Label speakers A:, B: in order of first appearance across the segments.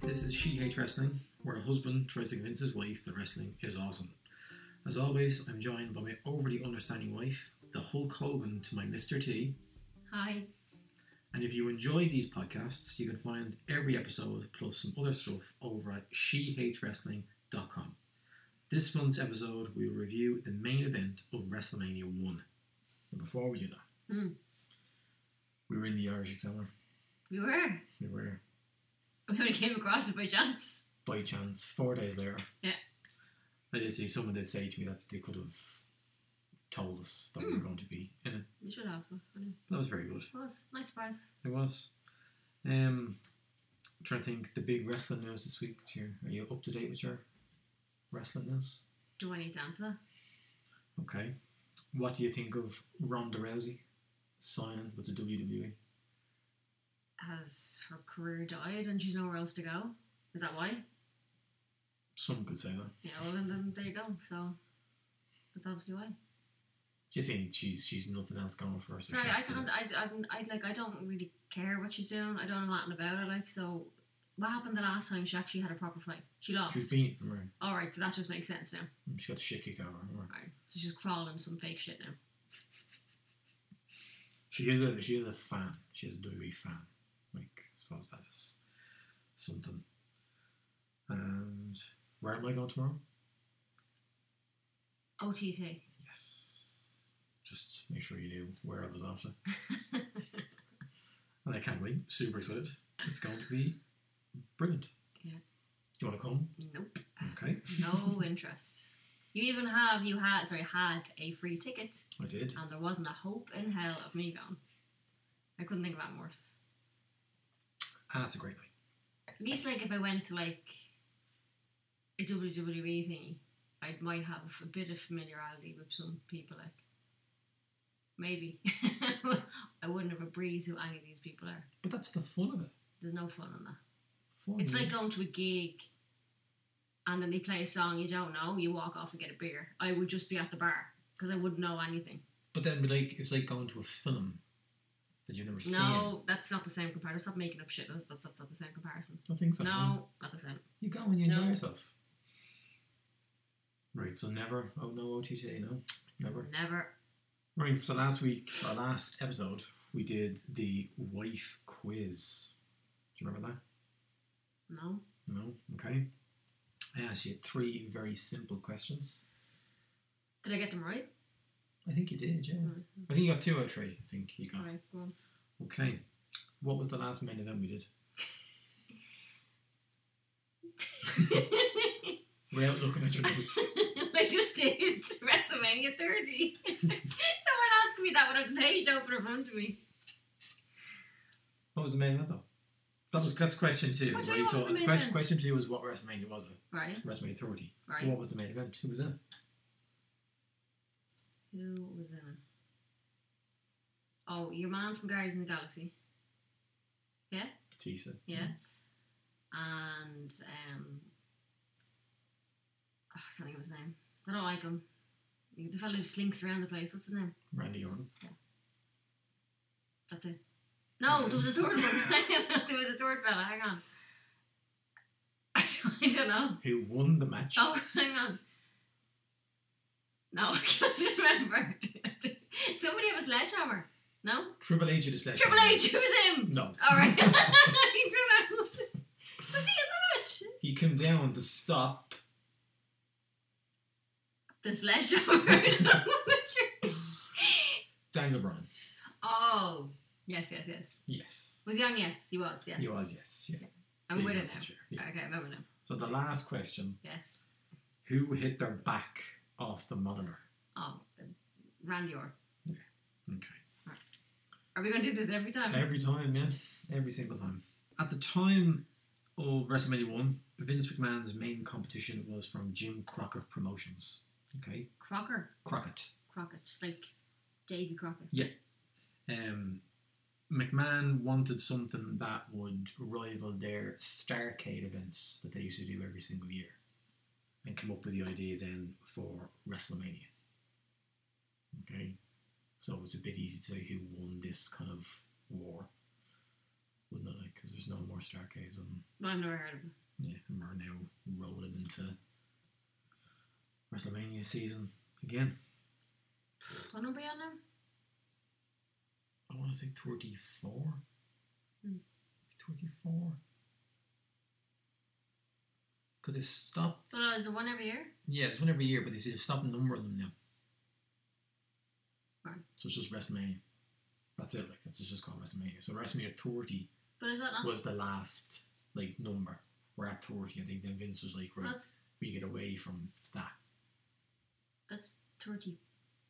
A: This is She Hates Wrestling, where a husband tries to convince his wife that wrestling is awesome. As always, I'm joined by my overly understanding wife, the Hulk Hogan to my Mr. T.
B: Hi.
A: And if you enjoy these podcasts, you can find every episode plus some other stuff over at shehateswrestling.com. This month's episode, we will review the main event of WrestleMania 1. But before we do that,
B: Hmm.
A: we were in the Irish Examiner.
B: We were.
A: We were,
B: We only came across it by chance.
A: by chance, four days later.
B: Yeah.
A: I did see someone did say to me that they could have told us that we were
B: Hmm.
A: going to be in it.
B: You should have. though. I mean,
A: That was very good.
B: It was. Nice surprise.
A: It was. Um, trying to think the big wrestling news this week. Are you, are you up to date with your wrestling news?
B: Do I need to answer
A: Okay. What do you think of Ronda Rousey signing with the E? WWE?
B: that? Has her career died and she's nowhere else to go? Is that why?
A: Some could say that.
B: Yeah, well, then, then there you go. So, that's obviously why.
A: Do you think she's she's nothing else going for her? so
B: Sorry, I
A: she's still-
B: can't. I, I, I, like, I don't really care what she's doing. I don't know nothing about it. Like, so what happened the last time she actually had a proper fight? She lost.
A: She's beaten. Remember,
B: All right, so that just makes sense now.
A: she got the shit kicked out of her. remember.
B: All right, so she's crawling some fake shit now.
A: She is a she is a fan. She is a WWE fan. Like I suppose that is something. And where am I going tomorrow?
B: OTT.
A: Yes. Just make sure you knew where I was after. and I can't wait. Super excited. It's going to be brilliant.
B: Yeah.
A: Do you want to come?
B: Nope.
A: Okay.
B: no interest. You even have you had sorry had a free ticket,
A: I did.
B: and there wasn't a hope in hell of me going. I couldn't think of anything worse.
A: And that's a great night.
B: At least like if I went to like a WWE thingy, I might have a bit of familiarity with some people. Like maybe I wouldn't have a breeze who any of these people are.
A: But that's the fun of it.
B: There's no fun in that.
A: Fun
B: It's
A: of
B: like
A: it.
B: going to a gig and then they play a song you don't know, you walk off and get a beer. I would just be at the bar because I wouldn't know anything.
A: But then, but like, it's like going to a film that you've never seen.
B: No, that's not the same comparison. Stop making up shit. That's, that's, that's not the same comparison.
A: I think so.
B: No, not the same.
A: You go when you enjoy
B: No.
A: yourself. Right, so never, oh no OTT, no, never.
B: Never.
A: Right, so last week, our last episode, we did the wife quiz. Do you remember
B: No.
A: that? No? Okay. I asked you three very simple questions.
B: Did I get them right?
A: I think you did, yeah.
B: Mhm.
A: I think you got two out of three, I think you got.
B: Alright, go on.
A: Okay. What was the last main event we did? Without looking at your notes.
B: I just did WrestleMania 30. Someone asked me that with a page open in front of me.
A: what was the main event, though? That was, that's question two.
B: What do
A: right?
B: you mean, what
A: So
B: was the main
A: question,
B: event?
A: question two was what WrestleMania was it?
B: Right.
A: WrestleMania 30.
B: Right.
A: What was the main event? Who was in it?
B: Who was in it? Oh, your man from Guardians of the Galaxy. Yeah?
A: Batista.
B: Yeah. And um oh, I can't think of his name. I don't like him. The fellow who slinks around the place. What's his name?
A: Randy Orton.
B: That's it. No, there was a third one. there was a third fella. Hang on. I don't know.
A: who won the match.
B: Oh, hang on. No, I can't remember. Somebody have a sledgehammer. No?
A: Triple H or the Sledgehammer?
B: Triple H, who's him?
A: No.
B: All right. He's around. Was he in the match?
A: He came down to stop.
B: The sledgehammer.
A: Daniel Bryan.
B: oh, yes, yes, yes.
A: Yes.
B: Was he on? Yes, he was. Yes,
A: He was, yes. Yeah.
B: I'm
A: He
B: with
A: was
B: it
A: the
B: now.
A: chair, yeah.
B: Okay, I'm with him.
A: So the last question
B: Yes.
A: Who hit their back off the monitor?
B: Oh, Randy Orr.
A: Okay.
B: Are we going to do this every time?
A: Every time, yeah. Every single time. At the time of WrestleMania 1, Vince McMahon's main competition was from Jim Crockett Promotions. Okay.
B: Crocker,
A: Crockett.
B: Crockett, like Davy Crockett.
A: Um, McMahon wanted something that would rival their Starcade events that they used to do every single year and came up with the idea then for WrestleMania. Okay, so it's a bit easy to say who won this kind of war. wouldn't it? Like, because there's no more Starcades and
B: I've never heard of it.
A: yeah, and we're now rolling into WrestleMania season again.
B: What number are you on now?
A: I want to say 34.
B: Hmm.
A: 34. Because they've stopped.
B: Well, uh, is it one every year?
A: Yeah, it's one every year, but they say they've stopped a number of them now.
B: Right.
A: So it's just WrestleMania. That's it. Like that's it's just called WrestleMania. So WrestleMania 30
B: But is that not?
A: was the last like number. We're at 30. I think then Vince was like, right,
B: That's
A: we get away from that.
B: that's thirty.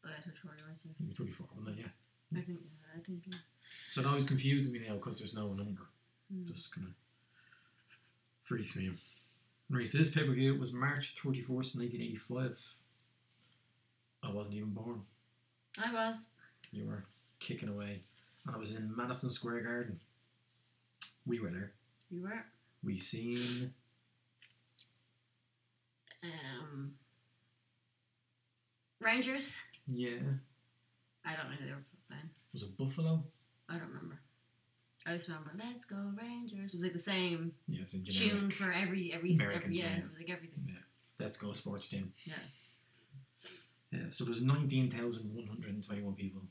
B: Oh, yeah, 34, you're right there.
A: Maybe 24, wasn't it? Yeah.
B: I think. yeah, I think. yeah.
A: So it always confuses me now because there's no number.
B: Hmm.
A: Just kind of freaks me out. Right, so this pay per view was March 31st, 1985. I wasn't even born.
B: I was.
A: You were kicking away. And I was in Madison Square Garden. We were there.
B: You were.
A: We seen.
B: Um. Rangers.
A: Yeah. It
B: I don't know who they were playing.
A: was it Buffalo?
B: I don't remember. I just remember, let's go Rangers. It was like the same
A: Yeah, it's in
B: tune
A: generic.
B: for every every,
A: American
B: every yeah.
A: team.
B: It was like everything.
A: Let's go, sports team.
B: Yeah.
A: Yeah, so there's 19,121 people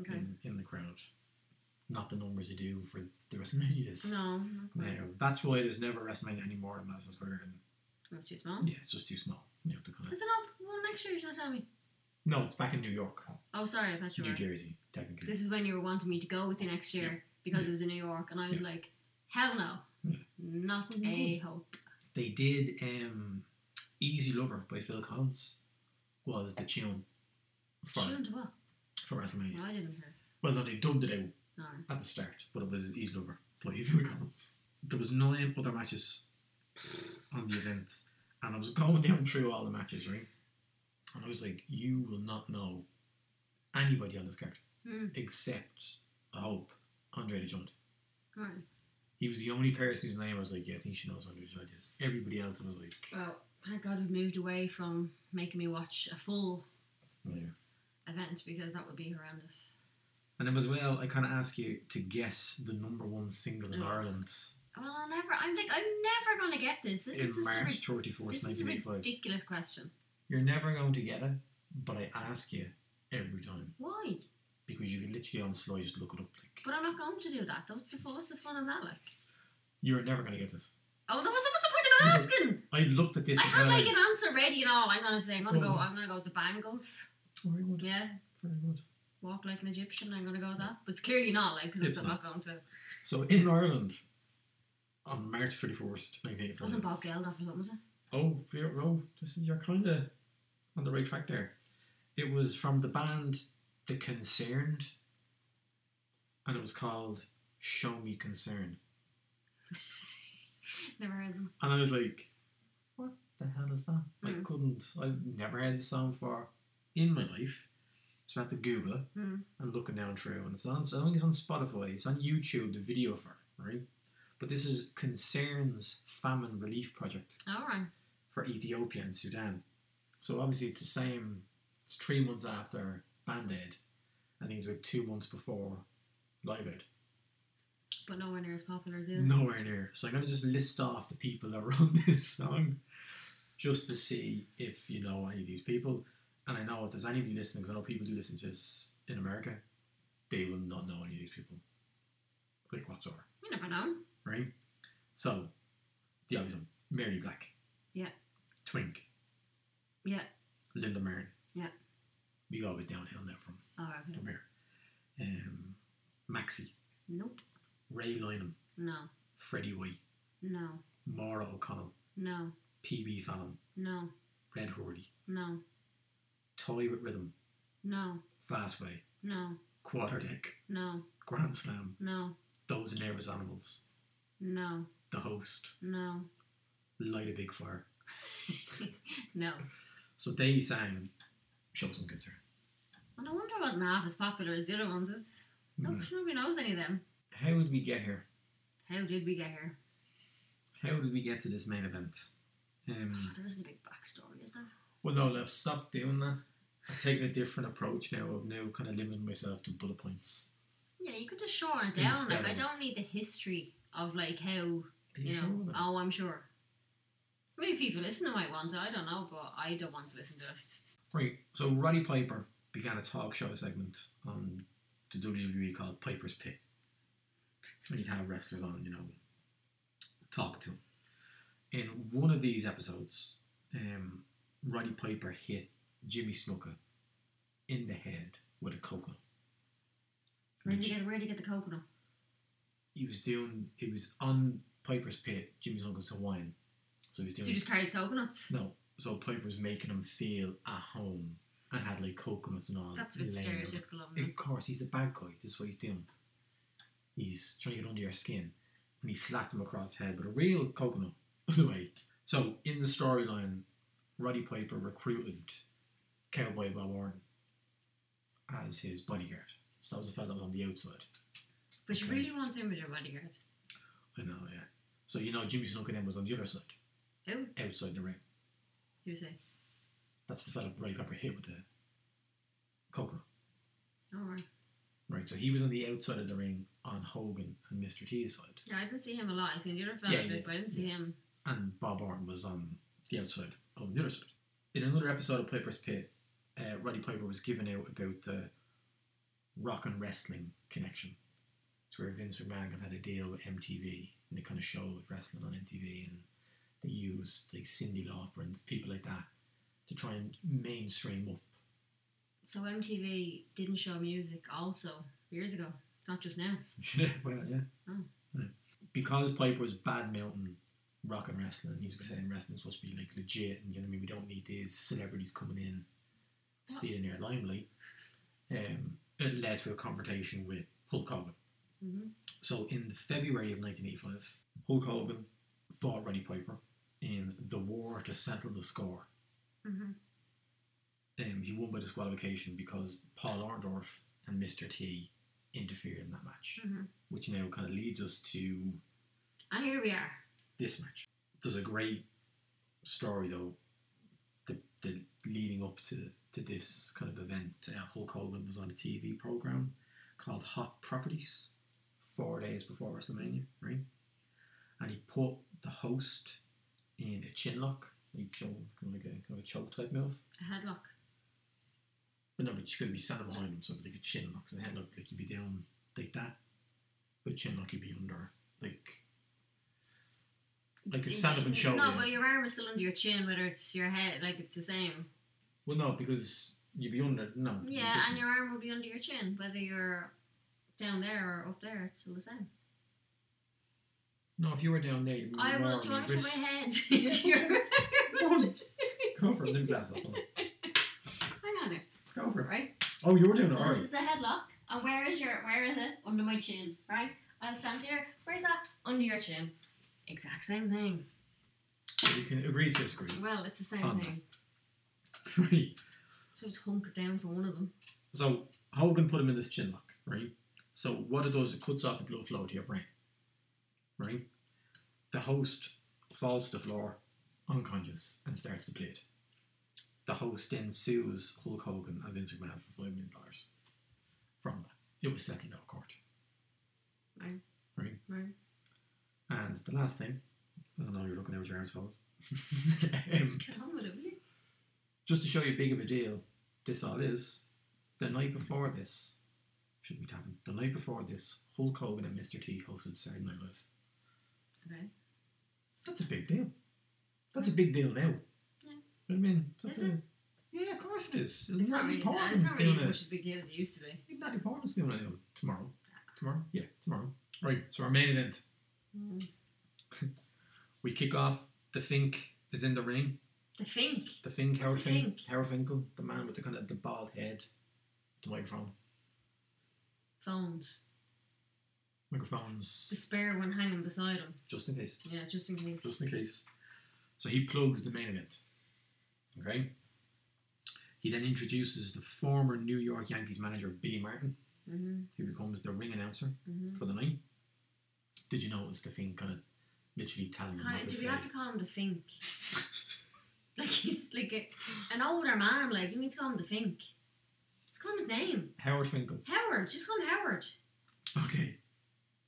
B: Okay.
A: in, in the crowd. Not the numbers they do for the WrestleManias.
B: No, not quite.
A: Now, that's why there's never WrestleMania anymore in Madison Square Garden.
B: That's too small.
A: Yeah, it's just too small. You have to kind of.
B: Is it up? Well, next year you're gonna tell me.
A: No, it's back in New York,
B: Oh, sorry, I thought you
A: New
B: were.
A: Jersey, technically.
B: This is when you were wanting me to go with you next year because it was in New York, and I was like, hell no,
A: Yeah.
B: not
A: Oh,
B: a
A: good.
B: hope.
A: They did um, "Easy Lover" by Phil Collins was the tune for
B: Tuned what?
A: for WrestleMania.
B: No, I didn't hear.
A: Well, no, they dubbed it out
B: No.
A: at the start, but it was "Easy Lover" by Phil Collins. There was nine other matches on the event, and I was going down through all the matches, right? And I was like, "You will not know anybody on this card
B: Hmm.
A: except I hope Andre the Giant."
B: Right.
A: He was the only person whose name I was like, yeah, I think she knows what Underjudge is. Everybody else I was like,
B: Well, thank God we've moved away from making me watch a full
A: yeah.
B: event because that would be horrendous.
A: And then as well, I kind of ask you to guess the number one single in
B: Oh.
A: Ireland
B: Well, I never. I'm like, I'm never gonna get this. This is
A: in
B: just a
A: March
B: rid-
A: 31st,
B: this is a
A: 1985.
B: ridiculous question.
A: You're never going to get it, but I ask you every time
B: Why?
A: because you can literally on the slide just look it up. Like,
B: But I'm not going to do that. What's the fu- what's the fun of that? Like,
A: you're never going to get this.
B: oh, that was what's the point of asking?
A: I looked at this
B: I
A: and
B: had like
A: realized-
B: an answer ready and all. I'm gonna say I'm gonna
A: What was it?
B: go. I'm gonna go with the Bangles.
A: Very good.
B: Yeah,
A: Very good.
B: walk like an Egyptian. I'm gonna go with that, but it's clearly not like because
A: It's
B: I'm not going to.
A: So in Ireland, on March 31st, 1985.
B: Wasn't Bob Geldof or something? Was it?
A: Oh, you're, oh, this is you're kind of on the right track there. It was from the band The Concerned, and it was called "Show Me Concern."
B: Never heard of him.
A: And I was like, "What the hell is that?" I
B: Mm.
A: couldn't. I've never heard this song before in my life, so I had to Google it.
B: Hmm.
A: and looking down through, and it's on. So I think it's on Spotify. It's on YouTube. The video for it, right. But this is Concern's famine relief project.
B: All right.
A: for Ethiopia and Sudan. So obviously it's the same. It's three months after Band Aid. I think it's about two months before Live Aid.
B: But nowhere near as popular as it.
A: Nowhere near. So I'm gonna just list off the people that were on this song, just to see if you know any of these people. And I know if there's anybody listening, because I know people do listen to this in America, they will not know any of these people, like whatsoever,
B: You never know.
A: right? So the obvious one, Mary Black.
B: Yeah.
A: Twink.
B: Yeah.
A: Linda Marin.
B: Yeah.
A: We go with downhill now from,
B: All right. okay.
A: from here. Um, Maxi,
B: Nope.
A: Ray Lynham,
B: No.
A: Freddie White,
B: No.
A: Maura O'Connell,
B: No.
A: PB Fallon,
B: No.
A: Red Hordy,
B: No.
A: Toy with Rhythm,
B: No.
A: Fastway,
B: No.
A: Quarterdeck,
B: No.
A: Grand Slam,
B: No.
A: Those Nervous Animals,
B: No.
A: The Host,
B: No.
A: Light a Big Fire.
B: no.
A: So they sang Show Some Concern.
B: And I wonder it wasn't half as popular as the other ones. It's,
A: Hmm.
B: Nobody knows any of them.
A: How did we get here?
B: How did we get here?
A: How did we get to this main event? Um,
B: there isn't a big backstory, is there?
A: Well, no, I've stopped doing that. I've taken a different approach now of now kind of limiting myself to bullet points.
B: Yeah, you could just shorten it down.
A: Instead
B: Like, I
A: of-
B: don't need the history of like how
A: Are
B: you
A: sure
B: know.
A: of that?
B: Oh, I'm sure. Maybe people listen to my want it. I don't know, but I don't want to listen to it.
A: Right. So Roddy Piper began a talk show segment on the WWE called Piper's Pit. And he'd have wrestlers on, you know, talk to him. In one of these episodes, um, Roddy Piper hit Jimmy Snuka in the head with a coconut.
B: Where did
A: Which
B: you get? Where did you get the coconut?
A: he was doing, it was on Piper's Pit, Jimmy Snuka's Hawaiian. So he was
B: So
A: doing.
B: he just carries coconuts.
A: No, so Piper was making him feel at home and had like coconuts and all.
B: That's a bit
A: laying around.
B: stereotypical of
A: Of
B: him.
A: course, he's a bad guy. This is what he's doing. He's trying to get under your skin, and he slapped him across the head with a real coconut. By the way, so in the storyline, Roddy Piper recruited Cowboy Bob Orton as his bodyguard. So that was the fella that was on the outside.
B: But you
A: Okay.
B: really want him as your bodyguard.
A: I know, yeah. So you know, Jimmy Snuka then was on the other side,
B: Oh,
A: outside the ring.
B: you say.
A: That's the fella Roddy Piper hit with the coconut.
B: All right.
A: Right, so he was on the outside of the ring on Hogan and Mr. T's side,
B: Yeah, I didn't see him a lot. I seen the other fella,
A: Yeah,
B: a bit,
A: yeah,
B: but I didn't see him.
A: and Bob Orton was on the outside of the other side. In another episode of Piper's Pit, uh, Roddy Piper was given out about the rock and wrestling connection. It's where Vince McMahon had a deal with MTV and they kind of showed wrestling on MTV and they used like Cindy Lauper and people like that to try and mainstream up.
B: So MTV didn't show music also years ago. It's not just now.
A: Yeah, well, yeah.
B: Mm.
A: Yeah. Because Piper was bad mountain rock and wrestling, he was saying wrestling's supposed to be like legit, and you know what I mean. We don't need these celebrities coming in, stealing their limelight. Um, it led to a confrontation with Hulk Hogan.
B: Mm-hmm.
A: So in February of 1985, Hulk Hogan fought Roddy Piper in the war to settle the score.
B: Mm-hmm.
A: Um, he won by disqualification because Paul Orndorff and Mr. T interfered in that match,
B: Mm-hmm.
A: which now kind of leads us to
B: And here we are.
A: this match. There's a great story though, the, the leading up to, to this kind of event. Uh, Hulk Hogan was on a TV program called Hot Properties four days before WrestleMania, right? And he put the host in a chin lock, like, you know, kind of like a, kind of a choke type move.
B: A headlock.
A: But no, but you're going to be standing behind him, so like a chin lock, so the head lock, like you'd be down like that. But a chin lock, you'd be under, like. Like a stand up and show.
B: No,
A: yeah.
B: but your arm is still under your chin, whether it's your head, like it's the same.
A: Well, no, because you'd be under no. it'd be
B: Yeah, and
A: different.
B: your arm will be under your chin, whether you're down there or up there. It's still the same.
A: no. If you were down there, you'd be
B: I
A: more
B: will
A: on
B: try
A: your
B: to put my
A: wrists.
B: head into your. Hang
A: Go for it. Let me glass off.
B: on there,
A: Go for it.
B: right?
A: Oh, you were doing
B: So
A: it all
B: this
A: right.
B: is the headlock. And where is your where is it? Under my chin, right? I'll stand here. Where's that? Under your chin. Exact same thing.
A: You can agree to disagree.
B: Well, it's the same
A: Um.
B: thing.
A: Right.
B: So it's hunkered down for one of them.
A: so Hogan put him in this chin lock, right? So what it does, it cuts off the blood flow to your brain, right? The host falls to the floor, unconscious, and starts to bleed. The host then sues Hulk Hogan and Vince McMahon for five million dollars. From that, it was settled out of court.
B: Right.
A: Right.
B: Right.
A: And the last thing, as I know you're looking at your arms folded, um,
B: Just get on with it, will you?
A: just to show you big of a deal this all is, the night before this, shouldn't be tapping, the night before this, Hulk Hogan and Mr. T hosted Saturday Night Live.
B: Okay.
A: That's a big deal. That's a big deal now. You
B: Yeah.
A: know what I mean? That's
B: Is
A: a- Yeah, of course it is.
B: It's not really, it's not really as much
A: doing
B: of a big deal as it used to be.
A: it. Natalie Portman's doing it now. Tomorrow. Tomorrow? Yeah, tomorrow. Right, so our main event. We kick off. The Fink is in the ring.
B: The Fink.
A: The Fink,
B: What's
A: Howard
B: the
A: Fink,
B: Fink?
A: Howard Finkel, the man with the kind of the bald head, the microphone,
B: Phones. The
A: microphones,
B: spare one hanging beside him.
A: just in case.
B: Yeah, just in case.
A: just in case. So he plugs the main event. Okay. He then introduces the former New York Yankees manager Billy Martin,
B: Mm-hmm.
A: who becomes the ring announcer
B: Mm-hmm.
A: for the night. Did you notice the thing kind of literally telling him what to
B: do
A: say?
B: we have to call him the Fink? like he's like a, an older man. Like you need to call him the Fink. Just call him his name,
A: Howard Finkel.
B: Howard. Just call him Howard.
A: Okay.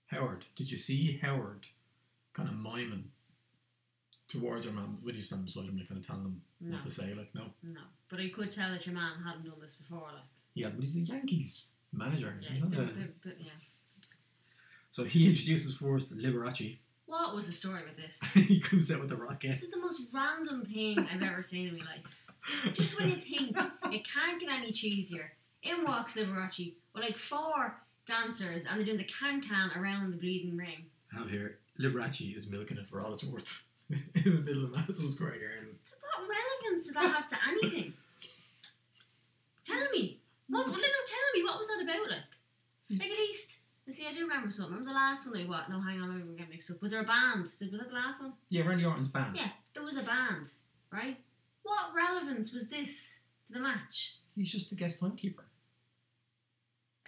A: Howard. Did you see Howard kind of miming towards your man when he's standing beside him, like kind of telling him
B: No,
A: what to say? Like, no.
B: no. But I could tell that your man hadn't done this before. Like,
A: Yeah, but he's a Yankees manager.
B: yeah,
A: He's
B: it's
A: not
B: been,
A: a-
B: been, been, yeah.
A: So he introduces for us Liberace.
B: What was the story with this?
A: he comes out with the rocket.
B: This is the most random thing I've ever seen in my life. Just when you think it can't get any cheesier, in walks Liberace with like four dancers and they're doing the can can around the bleeding ring.
A: have here, Liberace is milking it for all it's worth in the middle of Madison Square Garden.
B: What relevance did that have to anything? tell me. What, well, no, no, tell me. What was that about? Like, like at least. I see, I do remember something. Remember the last one that we watched? No, hang on, I'm going to get mixed up. Was there a band? Did- Was that the last one?
A: Yeah, Randy Orton's banned.
B: Yeah, there was a band, right? What relevance was this to the match?
A: He's just the guest timekeeper.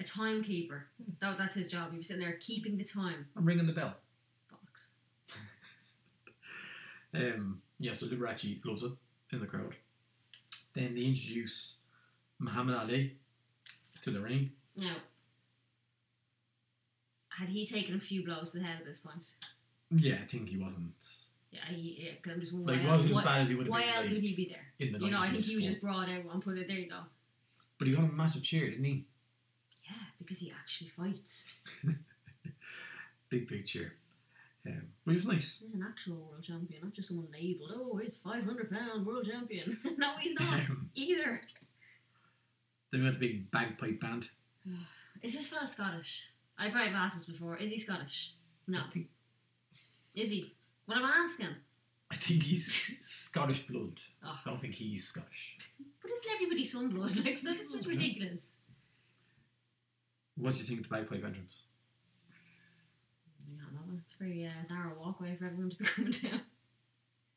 B: A timekeeper.
A: Hmm.
B: That, that's his job. He was sitting there keeping the time.
A: I'm ringing the bell.
B: Box.
A: Um, yeah, so Liberace loves it in the crowd. Then they introduce Muhammad Ali to the ring.
B: Now, had he taken a few blows to the head at this point?
A: Yeah, I think he wasn't
B: Yeah, he, yeah, I'm just
A: like
B: wondering.
A: he
B: why
A: wasn't
B: else,
A: as
B: why,
A: bad as he would have
B: why
A: been.
B: else
A: like,
B: would he be there?
A: in the
B: You know, I think
A: 90s,
B: he was
A: but-
B: just brought out and put it there, you know.
A: But he got a massive cheer, didn't he?
B: Yeah, because he actually fights.
A: Big, big cheer. Um, which was nice.
B: He's an actual world champion, not just someone labelled, oh, he's 500 pound world champion. no, he's not
A: Um,
B: either.
A: then we had the big bagpipe band.
B: Is this fella Scottish? I probably have asked this before. Is he Scottish? No.
A: I think,
B: Is he? What am I asking?
A: I think he's Scottish blood.
B: Oh.
A: I don't think he's Scottish.
B: But isn't everybody sunblown? Like, so it's just ridiculous.
A: What do you think of the bagpipe entrance?
B: Yeah, no, it's a very uh, narrow walkway for everyone to be coming down.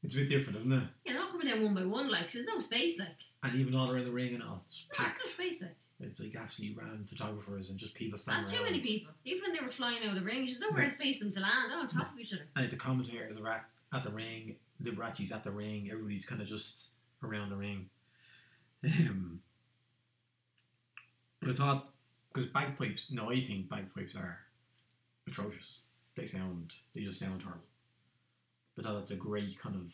A: It's a bit different, isn't it?
B: Yeah, they're not coming down one by one, like, 'cause there's no space, like.
A: And even all around the ring and all, it's
B: No, there's no
A: packed.
B: space, like.
A: It's like absolutely round photographers and just people standing
B: That's too many
A: around.
B: people. Even when they were flying out of the ring, there's nowhere
A: Yeah.
B: space for them to land. They're on top of each other.
A: And like the commentators are at, at the ring, Liberace's at the ring, everybody's kind of just around the ring. Um, but I thought, because bagpipes, no, I think bagpipes are atrocious. They sound, they just sound horrible. But I thought it's a great kind of,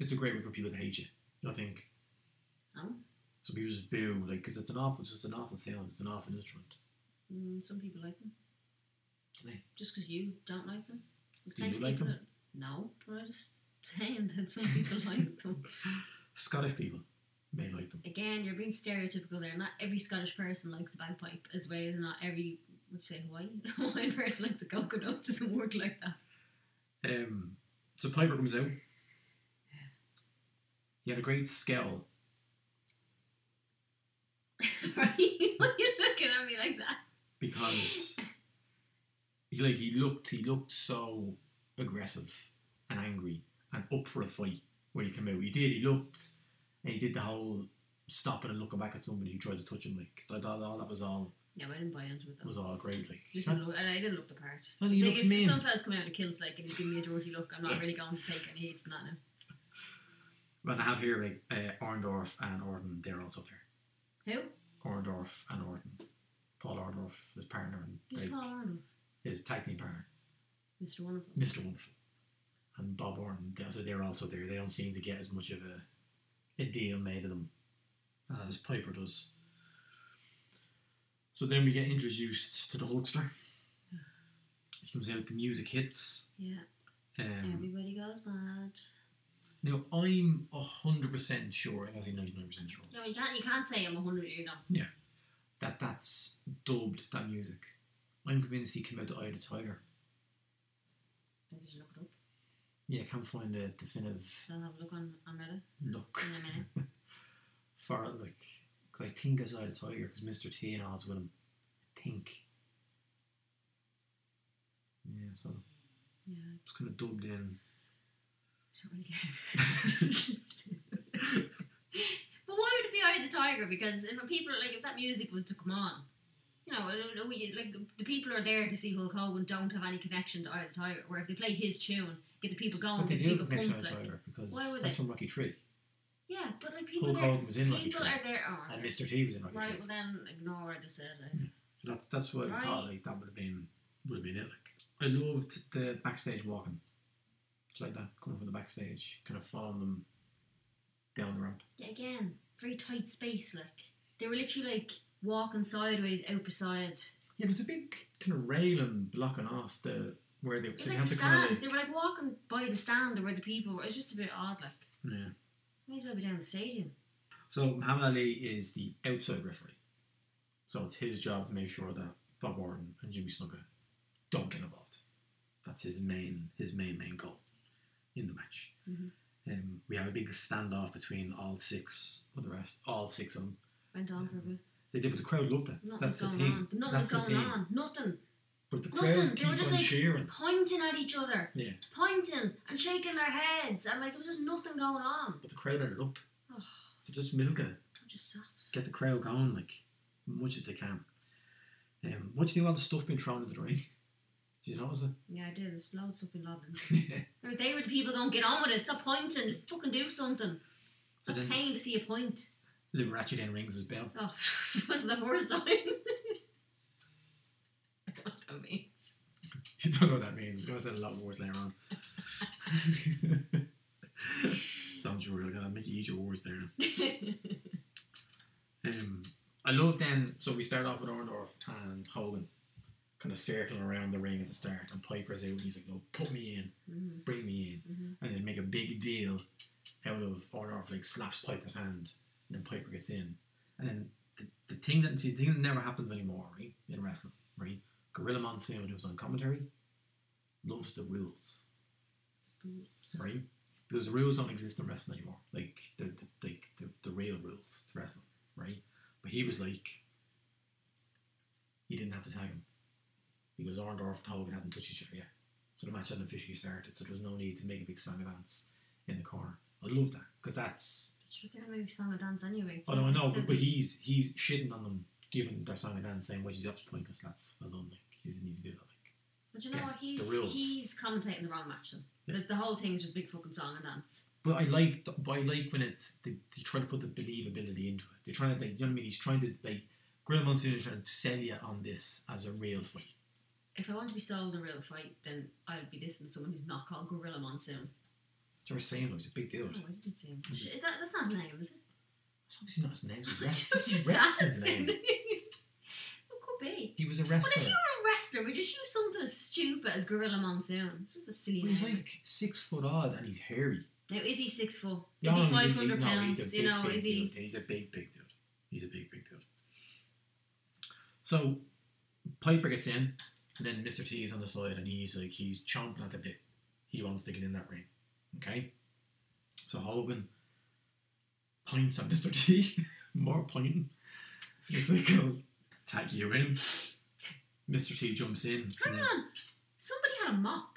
A: it's a great way for people to hate you. I think
B: No?
A: So people just boo, like, because it's an awful, it's just an awful sound, it's an awful instrument.
B: Mm, some people like them.
A: Do they?
B: Just 'cause you don't like them. It
A: Do
B: takes
A: you like
B: people
A: them?
B: that- No, but I'm just saying that some people like them.
A: Scottish people may like them.
B: Again, you're being stereotypical there. Not every Scottish person likes a bagpipe, as well as not every, would say Hawaii, Hawaiian person likes a coconut. It doesn't work like that.
A: Um, so Piper comes out. He had a great scowl.
B: right? Why are you looking at me like that?
A: because he like he looked he looked so aggressive and angry and up for a fight when he came out. He did. He looked and he did the whole stopping and looking back at somebody who tried to touch him. Like I thought all that was all
B: Yeah, but I didn't buy into it though.
A: was all great. Like
B: Just didn't look, and I didn't look the part.
A: Well, he
B: It's
A: looks
B: like, if
A: mean.
B: some fella's coming out of kilts like and he's giving me a dirty look, I'm not really going to take any heat from that now.
A: when I have here like uh, Orndorff and Orton, they're also there.
B: Who?
A: Orndorff and Orton, Paul Orndorff, his partner and
B: Who's
A: like,
B: Paul Arnold?
A: his tag team partner.
B: Mr. Wonderful.
A: Mr. Wonderful and Bob Orton. they- So they're also there. They don't seem to get as much of a, a deal made of them as Piper does. So then we get introduced to the Hulkster. He comes out, the music hits.
B: Yeah,
A: Um,
B: everybody goes mad.
A: now I'm hundred percent sure, and I say ninety nine percent sure
B: No, you can't. You can't say I'm a hundred. You know.
A: that that's dubbed that music. I'm convinced he came out to Eye of the Tiger.
B: I just look it up.
A: Yeah, I can't find a definitive
B: So I'll have a look on on Reddit
A: look.
B: in a minute.
A: for it, like, because I think it's out of Tiger, because Mr. T and all's with him. I think. Yeah, so
B: Yeah,
A: it's kind of dubbed in.
B: I don't really care. But why would it be Eye of the Tiger? Because if people like if that music was to come on, you know, I don't know, we- like the people are there to see Hulk Hogan don't have any connection to Eye of the Tiger. Where if they play his tune, get the people going,
A: but they
B: get the
A: do have a
B: people
A: connection
B: pumped.
A: out of
B: Like,
A: Tiger, because
B: Why would
A: that's
B: they?
A: from Rocky Tree.
B: yeah, but like people
A: Hulk
B: are there.
A: Hogan was in Rocky
B: people
A: Tree.
B: are there. Oh,
A: And Mr. T was in Rocky
B: right,
A: Tree.
B: well then ignore what I just said. Like,
A: So That's that's what I thought. Like that would have been would have been it. Like I loved the backstage walking. It's like that coming from the backstage, kind of following them down the ramp.
B: Yeah, again, very tight space. Like they were literally like walking sideways out beside.
A: Yeah, there's a big kind of railing blocking off the where they.
B: It
A: so they
B: was like
A: have
B: the
A: to kind of
B: stands. They
A: like-
B: were like walking by the stand where the people were. It was just a bit odd. Like
A: yeah.
B: might as well be down the stadium.
A: So Muhammad Ali is the outside referee. So it's his job to make sure that Bob Orton and Jimmy Snuka don't get involved. That's his main his main main goal in the match.
B: Mhm.
A: Um, we have a big standoff between all six or the rest, all six of them.
B: Went on for a bit.
A: They did, but the crowd loved it. So
B: Nothing
A: that's the
B: was going
A: thing.
B: on. But nothing
A: that's the
B: was going
A: thing.
B: on. Nothing.
A: But the crowd
B: Nothing. They were
A: keep
B: just
A: on
B: like-
A: cheering.
B: Pointing at each other,
A: Yeah,
B: pointing and shaking their heads, and like there was just nothing going on.
A: but the crowd had it up.
B: Oh,
A: So just milk it.
B: I'm just sops.
A: Get the crowd going like much as they can. Um, what do you think of all the stuff being thrown into the ring? Do you notice it?
B: Yeah, I did. There's loads up in London.
A: Yeah.
B: Or they were the people going, get on with it, stop pointing, just fucking do something. It's
A: So
B: a
A: then-
B: pain to see a point.
A: Liberace then rings his bell.
B: Oh, wasn't the first time. I don't know what that means.
A: You don't know what that means. It's going to say a lot of words later on. don't you worry, I'm going to make you eat your words there.
B: Mm-hmm.
A: Um, I love then, so we start off with Orndorff and Hogan kind of circling around the ring at the start, and Piper's out and he's like, no, put me in,
B: Mhm,
A: bring me
B: mhm.
A: in. And they make a big deal out of Orndorff, like slaps Piper's hand, and then Piper gets in. And then the, the thing that see, the thing that never happens anymore, right, in wrestling, right? Gorilla Monsoon, who's on commentary, loves the rules, right? Because the rules don't exist in wrestling anymore, like the the, like the, the real rules to wrestling, right? But he was like, he didn't have to tag him because Orndorff and Hogan hadn't touched each other yet, so the match hadn't officially started, so there was no need to make a big song and dance in the corner. I love that because that's
B: She didn't make a song and dance anyway.
A: Oh
B: so
A: no, I
B: it's
A: know,
B: just
A: but,
B: a
A: but
B: bit-
A: he's he's shitting on them, giving their song a dance, saying, "Well, that's pointless, lads. Well done, like he doesn't need to do that." Like,
B: But you know
A: yeah,
B: what? He's,
A: rules.
B: he's commentating the wrong match then.
A: Yeah.
B: Because the whole thing is just big fucking song and dance.
A: but I like, th- but I like when it's they, they try to put the believability into it. They're trying to, like, you know what I mean? He's trying to like, Gorilla Monsoon is trying to sell you on this as a real fight.
B: If I want to be sold a real fight, then I'd be listening to someone who's not called Gorilla Monsoon.
A: Do you remember saying it was a big deal?
B: Oh, I didn't see him.
A: Mm-hmm.
B: Shit, Is that, that's not his name, is it?
A: It's obviously not his name. It's a
B: Just
A: wrestler. This is
B: asking.
A: wrestling name.
B: It could be.
A: He was a
B: But if
A: wrestler.
B: you were a wrestler, would you use something as stupid as Gorilla Monsoon? It's just a silly
A: But
B: name.
A: he's like six foot odd and he's hairy.
B: now, is he six foot?
A: Yeah,
B: Is he
A: he's- he's-
B: five hundred
A: no,
B: pounds?
A: he's a
B: you
A: big,
B: know,
A: big
B: is he?
A: dude. He's a big, big dude. He's a big, big dude. So Piper gets in, and then Mr. T is on the side, and he's like, he's chomping at the bit. He wants to get in that ring. Okay? So Hogan points at Mr. T, more pointing. He's like, "Oh, I'll tag you in. Mr. T jumps in.
B: Hang
A: and then-
B: on, somebody had a mop.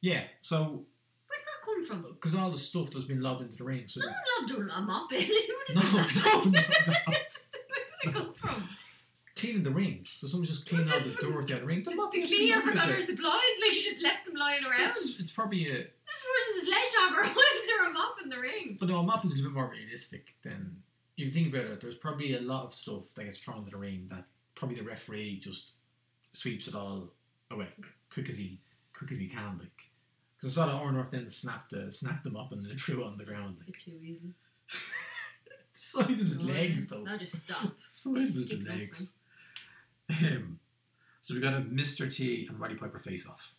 A: yeah, so,
B: Where did that come from?
A: because all the stuff that's been lobbed into the ring, so
B: No
A: there's
B: one loved doing a mop in. Where
A: No,
B: does that-
A: no, no, no.
B: Where did it come from?
A: cleaning the ring. So someone's just cleaning out
B: What's
A: the
B: it-
A: door at the other ring. They're not
B: The
A: doing
B: cleaner
A: nothing
B: forgot
A: there.
B: her supplies, like she just left them lying around.
A: It's, it's probably a
B: This is worse than the sledgehammer. Why is there a mop in the ring?
A: but no, a map is a little bit more realistic than if you think about it. There's probably a lot of stuff that gets thrown into the ring that probably the referee just sweeps it all away quick as he quick as he can. Like because I saw that Ornor then snapped the snapped them up and then threw it on the ground. Like
B: It's too easy.
A: the size of
B: Oh,
A: his legs though.
B: No, just stop.
A: So this is
B: Stick
A: the legs. Um, so we got a Mr. T and Roddy Piper face off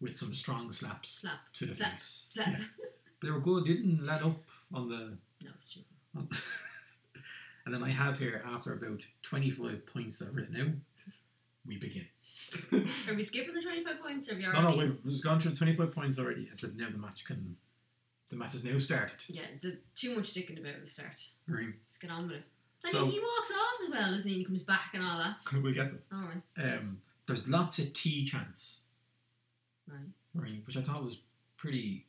A: with some strong slaps
B: Slap.
A: to the
B: Slap.
A: face.
B: Slap.
A: Yeah. But they were good. They didn't let up on the.
B: No, it's stupid.
A: on- and then I have here after about twenty-five points that I've written out, we begin.
B: Are we skipping the 25 points or have you
A: no, no,
B: already?
A: we've, we've gone through twenty-five points already. I said now the match can. The match has now started.
B: Yeah, it's a, too much dicking about at the start.
A: Right.
B: Let's get on with it. Like,
A: So-
B: he walks off as well, doesn't he? And he comes back and all that.
A: We'll get to it.
B: All right.
A: Um, there's lots of tea chants,
B: Right.
A: right, which I thought was pretty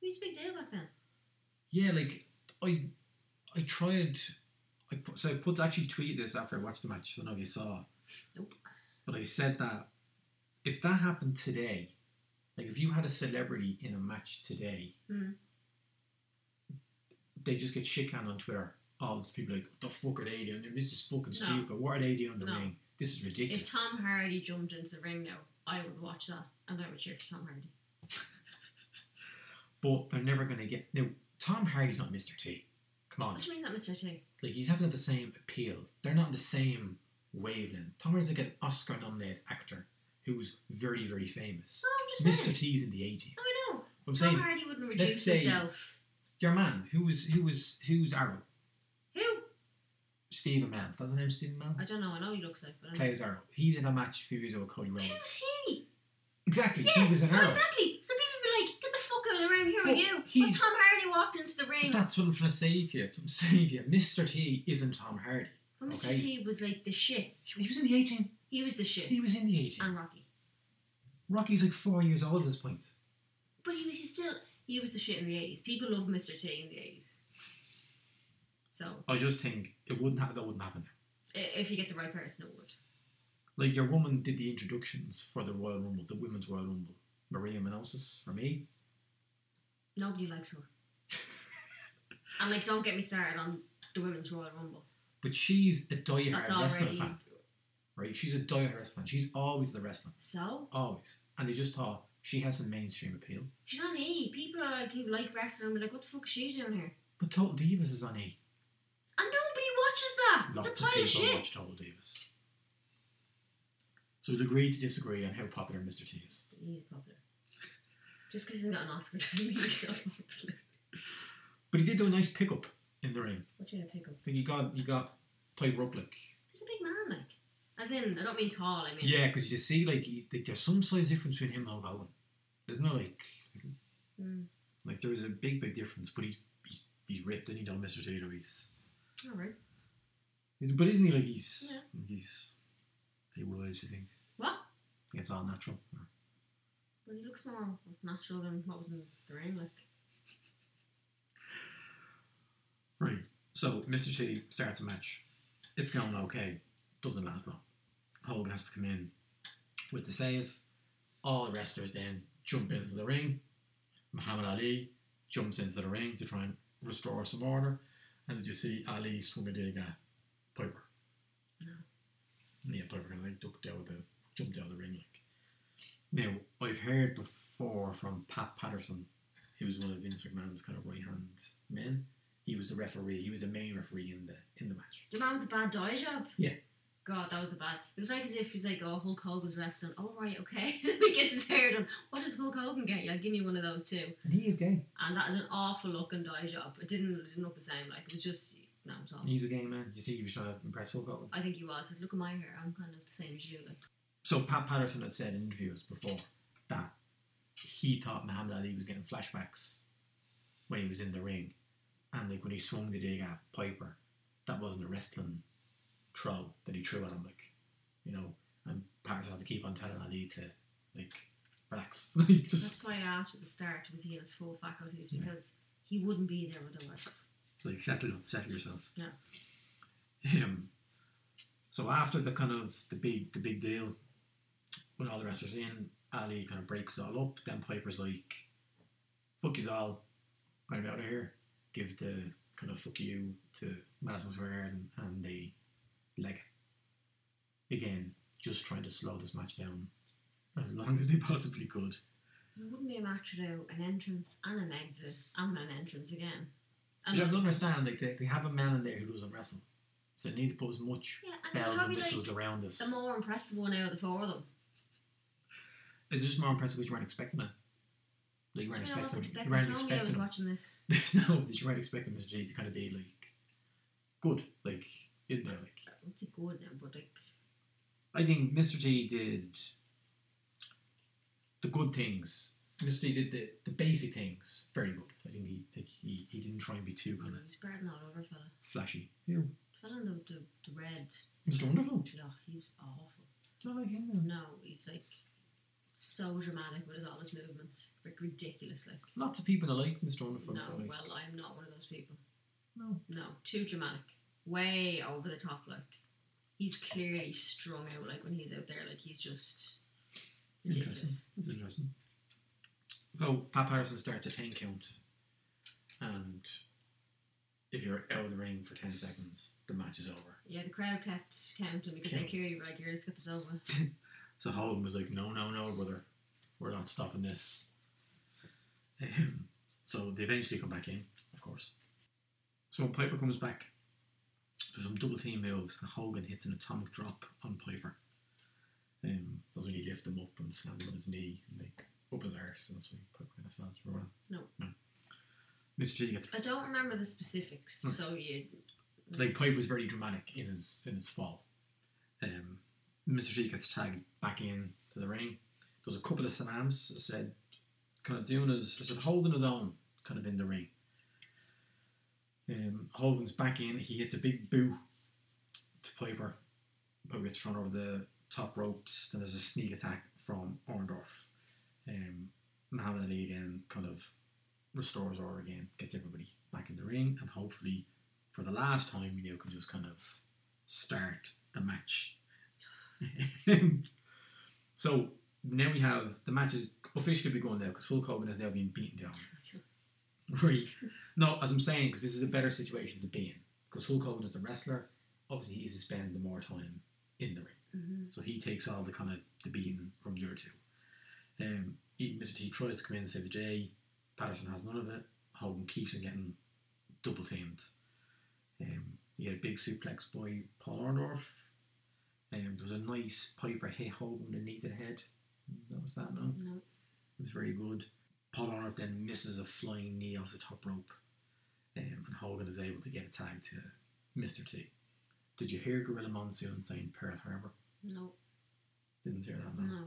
B: Who used to big deal back then?
A: Yeah, like I, I tried. I put, so I put actually tweeted this after I watched the match. I don't know if you saw.
B: Nope.
A: But I said that if that happened today, like if you had a celebrity in a match today,
B: Hmm.
A: they just get shit canned on Twitter oh, there's people like, what the fuck are they doing? This is fucking
B: No.
A: stupid. What are they doing in the
B: No.
A: ring? This is
B: If
A: ridiculous.
B: Tom Hardy jumped into the ring now, I would watch that and I would cheer for Tom Hardy.
A: but they're never going to get. Now, Tom Hardy's not Mr. T. Come on.
B: Which means that Mr. T.
A: Like, he hasn't the same appeal. They're not the same wavelength. Tom Hardy's like an Oscar nominated actor who's very, very famous.
B: So I'm just
A: Mr.
B: saying.
A: T's in the 80s.
B: No, I know.
A: I'm
B: Tom
A: saying,
B: Hardy wouldn't
A: let's
B: reduce
A: say-
B: himself.
A: your man, who was, who was, who's Arrow?
B: Who?
A: Stephen Mann. Is that his name, Stephen Mann?
B: I don't know. I know he looks like, but I don't know.
A: Plays Arrow. He did a match a few years ago with Cody
B: Who's
A: Rhodes.
B: he?
A: Exactly,
B: Yeah,
A: he was an
B: so
A: Arrow.
B: exactly. So people be like, get the fuck out of the ring, here
A: Well,
B: are you. But
A: he's-
B: Tom Hardy walked into the
A: But
B: ring.
A: that's what I'm trying to say to you. That's what I'm saying to you. Mr. T isn't Tom Hardy.
B: But Mr.
A: okay.
B: T was like the shit.
A: He was in the 18.
B: He was the shit.
A: He was in the 18.
B: and Rocky.
A: Rocky's like four years old at this point.
B: But he was he's still he was the shit in the eighties. People love Mr. T in the eighties. So
A: I just think it wouldn't ha- that wouldn't happen.
B: i- if you get the right person, it would.
A: Like your woman did the introductions for the Royal Rumble, the Women's Royal Rumble. Maria Menounos for me.
B: Nobody likes her. and like, don't get me started on the women's Royal Rumble.
A: But she's a diehard
B: That's
A: wrestling
B: already
A: fan, right? She's a diehard wrestling fan. She's always the wrestling,
B: so.
A: always. And they just thought she has some mainstream appeal.
B: She's on E. People are like, you like wrestling, and be like, what the fuck is she doing here?
A: But Total Divas is on E.
B: And nobody watches that.
A: Lots
B: it's a
A: of
B: pile
A: people
B: of shit.
A: watch Total Divas. So we'll agree to disagree on how popular Mr. T is.
B: He's popular. Just because he's got an Oscar doesn't mean he's not popular.
A: But he did do a nice pickup in the ring.
B: What do you want to pick up?
A: I think he got he got Pipe Ruplick.
B: He's a big man, like. As in, I don't mean tall. I mean,
A: Yeah, because you see, like, he, like, there's some size difference between him and Owen. There's no like,
B: Mm.
A: like there is a big, big difference. But he's he's, he's ripped, and he done Mr. Taylor. He's,
B: all right.
A: he's- but isn't he like he's he's he was I think
B: What?
A: it's all natural.
B: Well, he looks more natural than what was in the ring. Like,
A: Right. So Mr. T starts a match. It's going okay. Doesn't last long. Hogan has to come in with the save. All the wrestlers then jump into the ring. Muhammad Ali jumps into the ring to try and restore some order. And did you see Ali swung a dig at Piper?
B: No.
A: Yeah, Piper kind of like ducked out of the jumped out of the ring like. Now I've heard before from Pat Patterson, who was one of Vince McMahon's kind of right hand men he was the referee. He was the main referee in the in the match.
B: the man with the bad dye job.
A: Yeah.
B: God, that was a bad. It was like as if he's like, oh, Hulk Hogan's wrestling. Oh, right, okay. so he gets his hair done. What does Hulk Hogan get? Yeah, give me one of those too.
A: And he is gay.
B: And that is an awful looking dye job. It didn't, it didn't look the same. Like, it was just, no, it was awful.
A: He's a gay man. You see, he was trying to impress Hulk Hogan.
B: I think he was. Like, look at my hair. I'm kind of the same as you. Like,
A: So Pat Patterson had said in interviews before that he thought Muhammad Ali was getting flashbacks when he was in the ring, and like when he swung the dig at Piper, that wasn't a wrestling throw that he threw at him. Like, you know, and Patterson had to keep on telling Ali to like relax. Like,
B: that's
A: just
B: why I asked at the start, was he in his full faculties?
A: Yeah.
B: Because he wouldn't be there otherwise.
A: like settle settle yourself.
B: Yeah.
A: Um, so after the kind of the big the big deal, when all the wrestlers in, Ali kind of breaks it all up. Then Piper's like, "Fuck you all, I'm out of here." Gives the kind of "fuck you" to Madison Square Garden, and they leg it. again, just trying to slow this match down as long as they possibly could.
B: It wouldn't be a match without an entrance and an exit and an entrance again. And
A: you have to understand, like they, they have a man in there who doesn't wrestle, so they need to put as much
B: yeah, and
A: bells and
B: probably
A: whistles
B: like
A: around us.
B: the more impressive one out of the four of them.
A: It's just more impressive because you weren't expecting it. Like you
B: You
A: weren't
B: know, I was
A: expecting,
B: expecting.
A: you weren't
B: Tell me I was
A: expecting.
B: watching this.
A: no, that you weren't expecting Mr. G to kind of be like good, like in there. Like
B: It's a good now, but like
A: I think Mr. G did the good things. Mr. G did the, the basic things very good. I think he like, he, he didn't try and be too
B: you
A: kind
B: know,
A: of
B: he's spreading all over fella.
A: flashy.
B: Fella in the, the, the red,
A: Mr. Wonderful.
B: oh, he was awful.
A: Not like him.
B: No, he's like so dramatic with all his movements, like ridiculous. Like
A: Lots of people that like Mr. Wonderful.
B: no,
A: but, like,
B: well, I'm not one of those people.
A: no.
B: No, too dramatic. Way over the top, like. He's clearly strung out, like, when he's out there, like, he's just ridiculous.
A: That's interesting. So Pat Patterson starts a 10 count and if you're out of the ring for 10 seconds, the match is over.
B: Yeah, the crowd kept counting because they
A: Count.
B: clearly were like, "Here, let's get this over." with."
A: So Hogan was like, no, no, no, brother. We're not stopping this. Ahem. so they eventually come back in, of course. So when Piper comes back, there's some double team moves, and Hogan hits an atomic drop on Piper. Um, that's when you lift him up and slam him on his knee and like up his arse, and that's when Piper kind of fell to the ground.
B: No.
A: No. Mr. G gets
B: I don't remember the specifics,
A: Hmm.
B: so you.
A: like Pipe was very dramatic in his in his fall. Um, Mr. Sheik gets tagged back in to the ring. There's a couple of slams. I said, kind of doing his, I said holding his own, kind of in the ring. Um, Hogan's back in. He hits a big boo to Piper. Piper gets thrown over the top ropes. Then there's a sneak attack from Orndorff. Um, Muhammad Ali then kind of restores order again, gets everybody back in the ring, and hopefully for the last time, you know, can just kind of start the match. so now we have the match is officially begun now because Hulk Hogan has now been beaten down. Right? No, as I'm saying, because this is a better situation to be in because Hulk Hogan is a wrestler. Obviously, he's spend the more time in the ring,
B: Mhm.
A: so he takes all the kind of the beating from the other two. Um, he- Mr. T tries to come in and save the day. Patterson has none of it. Hogan keeps on getting double teamed. Um, he had a big suplex by Paul Orndorff. Um, there was a nice Piper hit Hogan with a knee to the head. That was that, no?
B: No.
A: It was very good. Paul Orndorff then misses a flying knee off the top rope. Um, and Hogan is able to get a tag to Mr. T. Did you hear Gorilla Monsoon saying Pearl Harbor?
B: No.
A: Didn't hear that, no.
B: No.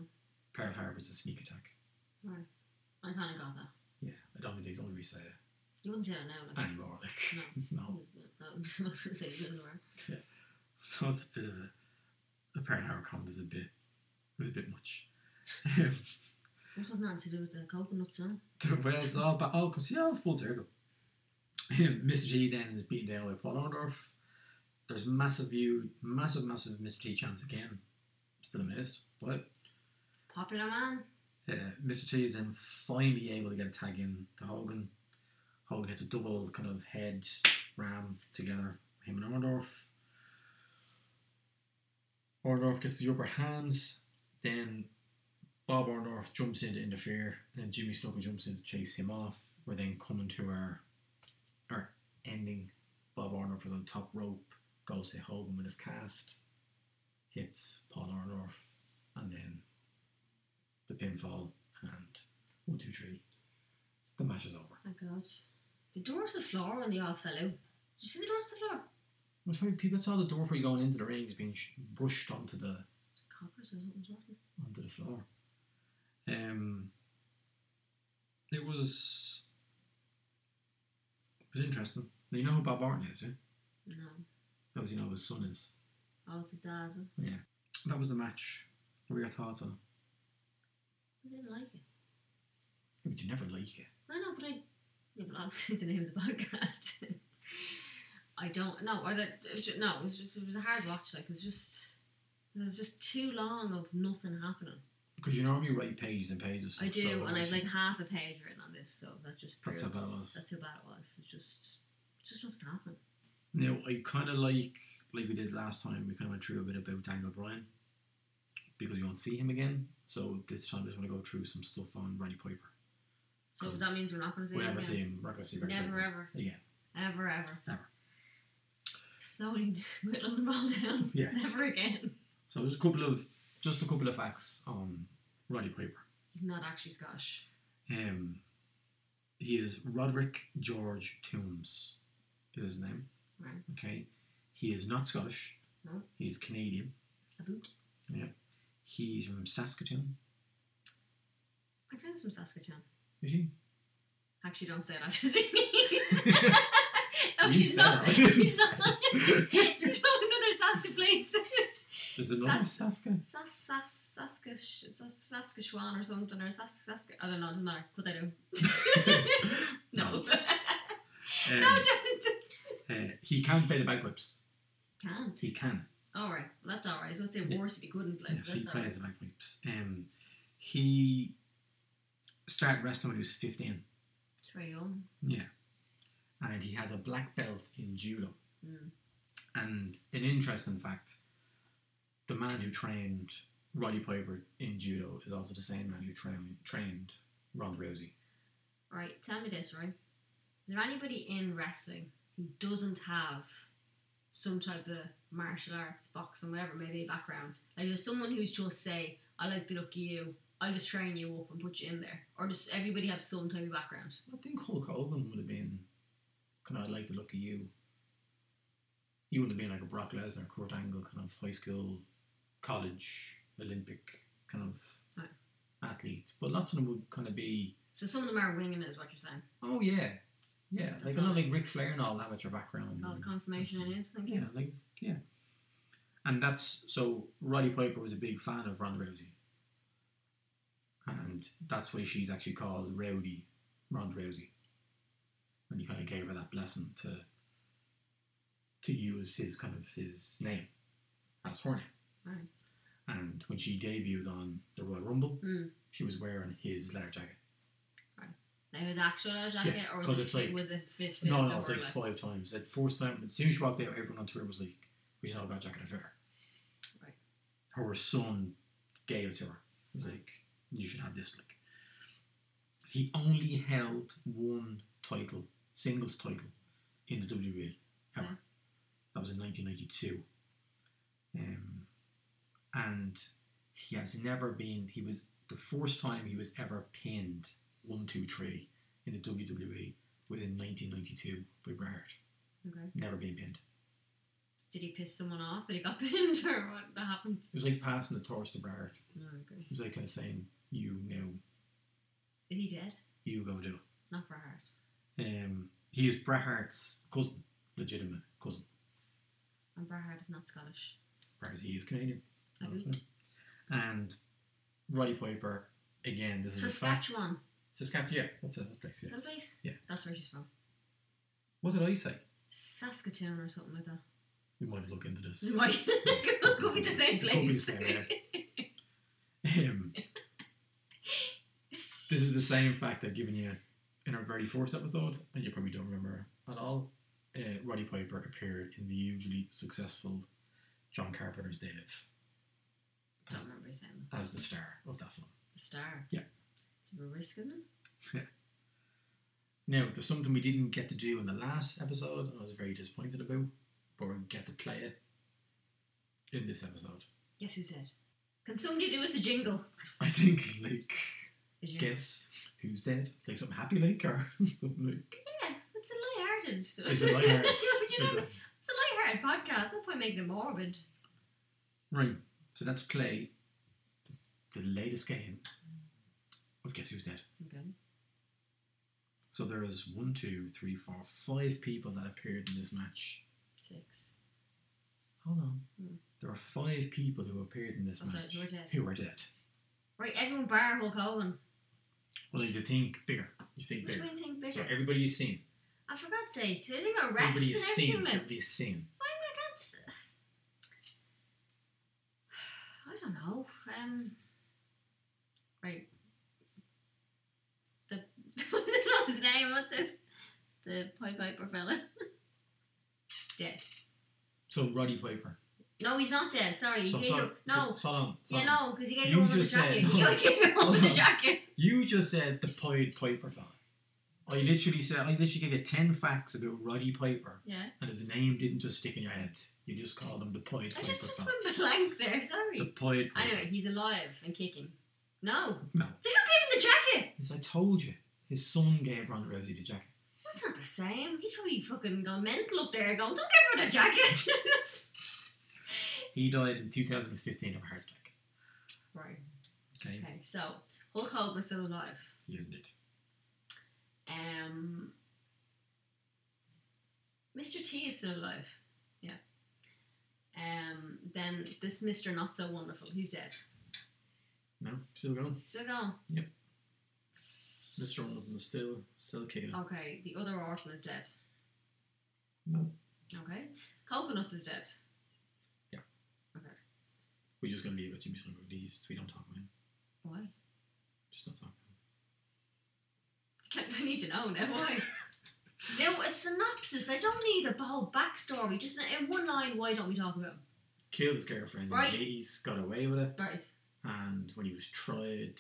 A: Pearl Harbor's a sneak attack.
B: Right. I kind of got that.
A: Yeah, I don't think he's only say it
B: You wouldn't say that now. Like,
A: anymore. Like, no.
B: No, uh, I was going to say it didn't work.
A: So it's a bit of a, the Pearl Harbor comment is a bit, is a bit much. Um,
B: That was nothing to do with the coconut song.
A: well, it's all oh, but all comes yeah, full circle. Mr. G then is beaten down by Paul Orndorff. There's massive view, massive, massive Mr. T chance again. Still missed, but
B: Popular man.
A: uh, Mr. T is then finally able to get a tag in to Hogan. Hogan hits a double kind of head ram together, him and Orndorff. Orndorff gets the upper hand, then Bob Orndorff jumps in to interfere, and Jimmy Snuka jumps in to chase him off. We're then coming to our, our ending. Bob Orndorff is on top rope, goes to Hogan with his cast, hits Paul Orndorff, and then the pinfall, and one, two, three. The match is over.
B: Thank God. The door to the floor when they all fell out. Did you see the door to the floor?
A: It was funny, people saw the door for you going into the ring is being sh- rushed onto the
B: The coppers or something. wasn't it?
A: onto the floor. Um, it was it was interesting. Now, you know who Bob Martin is, eh?
B: No.
A: Obviously, you know who his son is.
B: Oh, it's his dad's. I
A: That was the match. What were your thoughts on it?
B: didn't like it.
A: But you never like it.
B: No, no, but I. Yeah, but obviously it's the name of the podcast. I don't. No, I don't. It was just, no, it was just. It was a hard watch. Like, it was just. It was just too long of nothing happening.
A: Because you normally write pages and pages.
B: I do, and I've
A: like.
B: like half a page written on this, so that just proves
A: That's how bad it was.
B: That's how bad it was. It just, it just wasn't happening.
A: Now I kind of like like we did last time. We kind of went through a bit about Daniel Bryan because you won't see him again. So this time I just want to go through some stuff on Randy Piper.
B: So
A: Cause
B: that means we're not going to say
A: we
B: it
A: never
B: again.
A: see him. We're not gonna see Randy
B: Never
A: Piper.
B: ever.
A: Again.
B: Ever ever.
A: Never.
B: Slowly whittling them all down.
A: Yeah.
B: Never again.
A: So there's a couple of just a couple of facts on Roddy Piper.
B: He's not actually Scottish.
A: Um, he is Roderick George Toombs, is his name.
B: Right.
A: Okay, he is not Scottish.
B: No.
A: He is Canadian.
B: A boot.
A: He's from Saskatoon.
B: My friend's from Saskatchewan.
A: Is he?
B: Actually, don't say that. Just in case. oh,
A: You
B: she's
A: said
B: not.
A: it.
B: She's not. she's from another Saska place.
A: There's another
B: Sas-
A: Saska.
B: Sas, Sas, Saskash, Sas, Saskatchewan or something, or Sas, Sask, I don't know, it doesn't matter. Could I do? no.
A: No.
B: no,
A: Um,
B: don't.
A: Uh, he can play the bagpipes.
B: Can't.
A: He can.
B: Alright, that's alright. I was going to say
A: Yeah.
B: worse if he couldn't play.
A: yes, he
B: that's alright.
A: plays the bagpipes. Um, he started wrestling when he was 15.
B: Trey Young.
A: Yeah. and he has a black belt in judo.
B: Mm.
A: And an interesting fact the man who trained Roddy Piper in judo is also the same man who trained trained Ronda Rousey.
B: Right, tell me this, right? Is there anybody in wrestling who doesn't have some type of martial arts, boxing, whatever it may be, background? Like, there's someone who's just say, I like the look of you, I'll just train you up and put you in there. Or does everybody have some type of background?
A: I think Hulk Hogan would have been kind of like the look of you. You would have been like a Brock Lesnar, Kurt Angle kind of high school, college, Olympic kind of
B: Right.
A: athlete. But lots of them would kind of be,
B: So some of them are winging it, is what you're saying.
A: oh yeah, yeah,
B: That's
A: like not
B: all.
A: like Ric Flair and all that with your background.
B: It's all the
A: and-
B: confirmation I need, thank you.
A: Yeah, like yeah. And that's so Roddy Piper was a big fan of Ronda Rousey. And that's why she's actually called Rowdy Ronda Rousey. And he kind of gave her that blessing to to use his kind of his name as her name.
B: Right.
A: And when she debuted on the Royal Rumble,
B: Mm.
A: she was wearing his leather jacket.
B: Now, his actual leather jacket, or was
A: 'cause
B: it,
A: it's
B: fit,
A: like-
B: was it fit, fit
A: No,
B: or
A: no, it's like
B: like-
A: five times. Like first time, as soon as she walked out, everyone on Twitter was like, "We should have got Jack in a fair."
B: Right.
A: Her son gave it to her. He was like, "You should have this." Like, he only held one title, singles title, in the WWE ever.
B: Yeah.
A: That was in 1992, um, and he has never been. He was the first time he was ever pinned one, two, three in the E. WWE was in 1992 by Bret Hart.
B: Okay.
A: Never been pinned.
B: Did he piss someone off that he got pinned, or what happened?
A: It was like passing the torch to Bret Hart.
B: No, okay.
A: It was like kind of saying, "You know,
B: Is he dead?
A: you go do
B: Not for heart.
A: it." Um, he is Bret Hart's cousin, legitimate cousin.
B: And Brahard is not Scottish.
A: Bret Hart, he is Canadian,
B: I don't-
A: and Roddy Piper. Again, this is a fact.
B: Saskatchewan.
A: Saskatchewan. Yeah, that's a that's a place. Yeah.
B: That place?
A: Yeah.
B: That's where she's from.
A: What did I say?
B: Saskatoon or something like that.
A: We might look into this.
B: It might could be the same
A: Could be the
B: place.
A: same, yeah. Um, this is the same fact I've given you in our very first episode, and you probably don't remember at all. Uh, Roddy Piper appeared in the hugely successful John Carpenter's Day Live
B: Don't
A: as,
B: remember saying that.
A: as the star of that film.
B: The star.
A: Yeah.
B: So we're risking them.
A: Now, there's something we didn't get to do in the last episode, and I was very disappointed about, but we get to play it in this episode.
B: Guess who said? Can somebody do us a jingle?
A: I think, like,
B: A jingle.
A: guess who's dead? Like something happy, like or something like.
B: Yeah, it's a lighthearted.
A: Is it like her?
B: Do you know
A: Is
B: what I mean?
A: it-
B: It's a lighthearted podcast. No point making it morbid.
A: Right. So let's play the latest game of Guess Who's Dead.
B: Okay.
A: So there is one, two, three, four, five people that appeared in this match.
B: Six.
A: Hold on.
B: Hmm.
A: There are five people who appeared in this
B: Oh, sorry,
A: match
B: who are dead.
A: who are dead.
B: Right, everyone bar Hulk Hogan.
A: Well, you think bigger. You think
B: Which
A: bigger.
B: way you think
A: So
B: bigger? Ah,
A: everybody is seen.
B: I forgot to say, because I think our refs and
A: Everybody is
B: everything.
A: seen.
B: like-
A: Everybody is seen.
B: Why am I against? I don't know. Um, right. The what's his name? What's it? The Pied Piper fella. dead.
A: So Roddy Piper.
B: No, he's not dead. Sorry.
A: So,
B: he
A: so,
B: gave her- no.
A: so, so on. So
B: yeah,
A: on.
B: no, because he gave
A: You
B: her one with the
A: just said-
B: jacket. He gave her one with the jacket.
A: You just said the Pied Piper fella. I literally said I literally gave you ten facts about Roddy Piper,
B: Yeah.
A: and his name didn't just stick in your head. You just called him the Pied
B: I
A: Piper
B: just just
A: fella.
B: went blank there.
A: The
B: Sorry.
A: Pied Piper.
B: Anyway, he's alive and kicking. No.
A: No,
B: So who gave him the jacket?
A: as I told you, his son gave Ron Rosie the jacket.
B: That's not the same. He's probably fucking gone mental up there going, don't give her the jacket.
A: He died in 2015 of a heart attack.
B: right.
A: Okay,
B: Okay, so Hulk Hogan's still alive.
A: he isn't it?
B: Um, Mr. T is still alive. Yeah. Um, then this Mr. Not So Wonderful, he's dead.
A: No, still going.
B: Still going.
A: Mr. Wonderful is still still kicking. it.
B: Okay, the other orphan is dead.
A: No,
B: Okay. Coconut is dead.
A: we're just gonna leave it. Jimmy's gonna go. These we don't talk about. Him.
B: Why?
A: Just don't talk about. Him.
B: I need to know now. Why? Now, a synopsis. I don't need a whole backstory. Just in- in one line, why don't we talk about him?
A: Killed his girlfriend
B: Right.
A: in the 80s, got away with it.
B: Right.
A: and when he was tried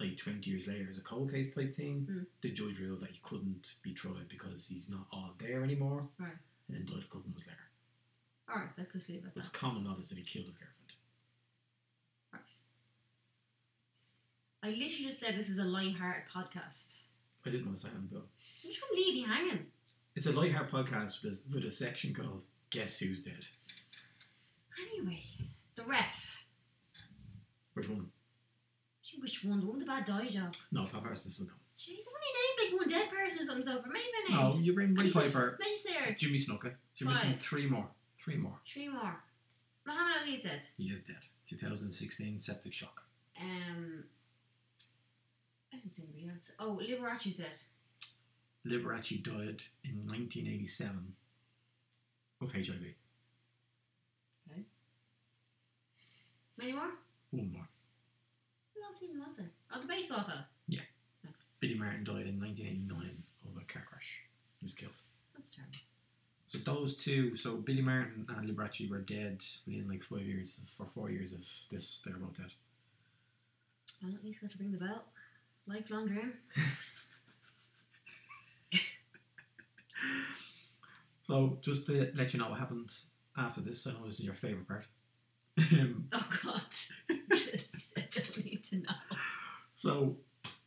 A: like 20 years later as a cold case type thing
B: Mm.
A: the judge ruled that he couldn't be tried because he's not all there anymore
B: Right.
A: and then died a couple months later
B: All right, let's just leave it at
A: it was
B: that.
A: common knowledge that he killed his girlfriend
B: Right. I literally just said this was a light-hearted podcast.
A: I didn't want to say that but
B: I'm just going to leave you hanging.
A: it's a lightheart podcast with, with a section called Guess Who's Dead
B: Anyway, the ref.
A: which one?
B: Gee, Which one? The one with the bad dye job.
A: no Pat Parsons one
B: Jeez, I've only named like one dead person or something so far. Maybe I
A: no
B: named.
A: you bring
B: And
A: Ray
B: you said
A: Piper
B: Spencer.
A: Jimmy Snooker Jimmy
B: Five.
A: Snooker three more three more
B: Three more. Muhammad Ali said.
A: he is dead 2016 septic shock
B: Um, I haven't seen anybody else. Oh, Liberace said.
A: Liberace died in 1987 of HIV
B: Many more?
A: one more
B: Who else even was there? Oh, the baseball fella.
A: Billy Martin died in 1989 of a car crash. He was killed.
B: That's terrible.
A: So those two, so Billy Martin and Liberace were dead within like five years, of- for four years of this. They're both dead.
B: Well, at least got to ring the bell. Lifelong dream.
A: So just to let you know what happened after this, I know this is your favorite part. Um,
B: Oh, God. I don't need to know.
A: so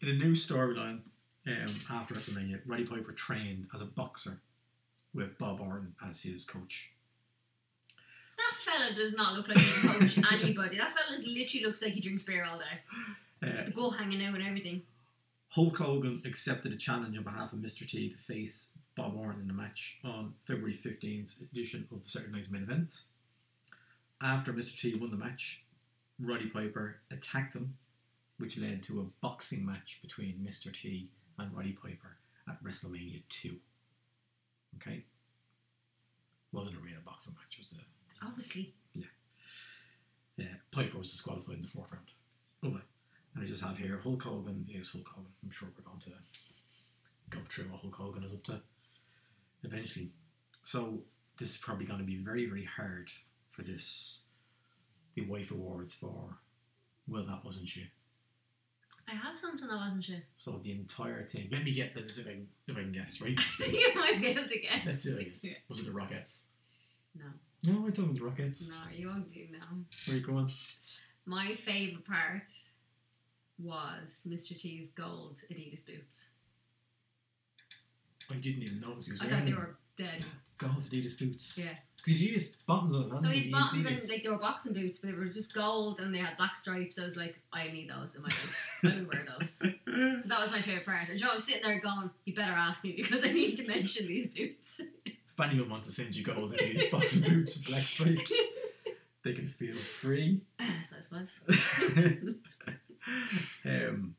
A: in a new storyline um, after WrestleMania, Roddy Piper trained as a boxer with Bob Orton as his coach.
B: That fella does not look like he coach anybody. That fella literally looks like he drinks beer all day.
A: Uh,
B: The go hanging out and everything.
A: Hulk Hogan accepted a challenge on behalf of Mr. T to face Bob Orton in a match on February 15th edition of Saturday Night's Main Event. After Mr. T won the match, Roddy Piper attacked him, which led to a boxing match between Mr. T and Roddy Piper at WrestleMania 2. Okay? Wasn't a real boxing match, it was a
B: Obviously.
A: yeah, Uh, Piper was disqualified in the fourth round. Over. And I just have here Hulk Hogan is Hulk Hogan. I'm sure we're going to go through what Hulk Hogan is up to eventually. So this is probably going to be very, very hard for this. The wife awards for well, that wasn't she.
B: I have something I wasn't sure.
A: So the entire thing. Let me get this if I, can- if I can guess, right?
B: you might be able to guess.
A: That's it. I guess.
B: Yeah.
A: Was it the Rockets?
B: No.
A: No, I thought it was the Rockets.
B: No, you won't do now.
A: Where are you going?
B: My favourite part was Mr. T's gold Adidas boots.
A: I didn't even notice he was
B: I
A: wearing
B: thought they were dead.
A: gold Adidas boots.
B: Yeah.
A: Did you use bottoms on that?
B: No, these bottoms and like they were boxing boots, but they were just gold and they had black stripes. I was like, I need those in my life. I would wear those. So that was my favourite part. And Joe was sitting there going, You better ask me because I need to mention these boots.
A: If anyone wants to send you gold in these boxing boots with black stripes, they can feel free.
B: Size five.
A: um,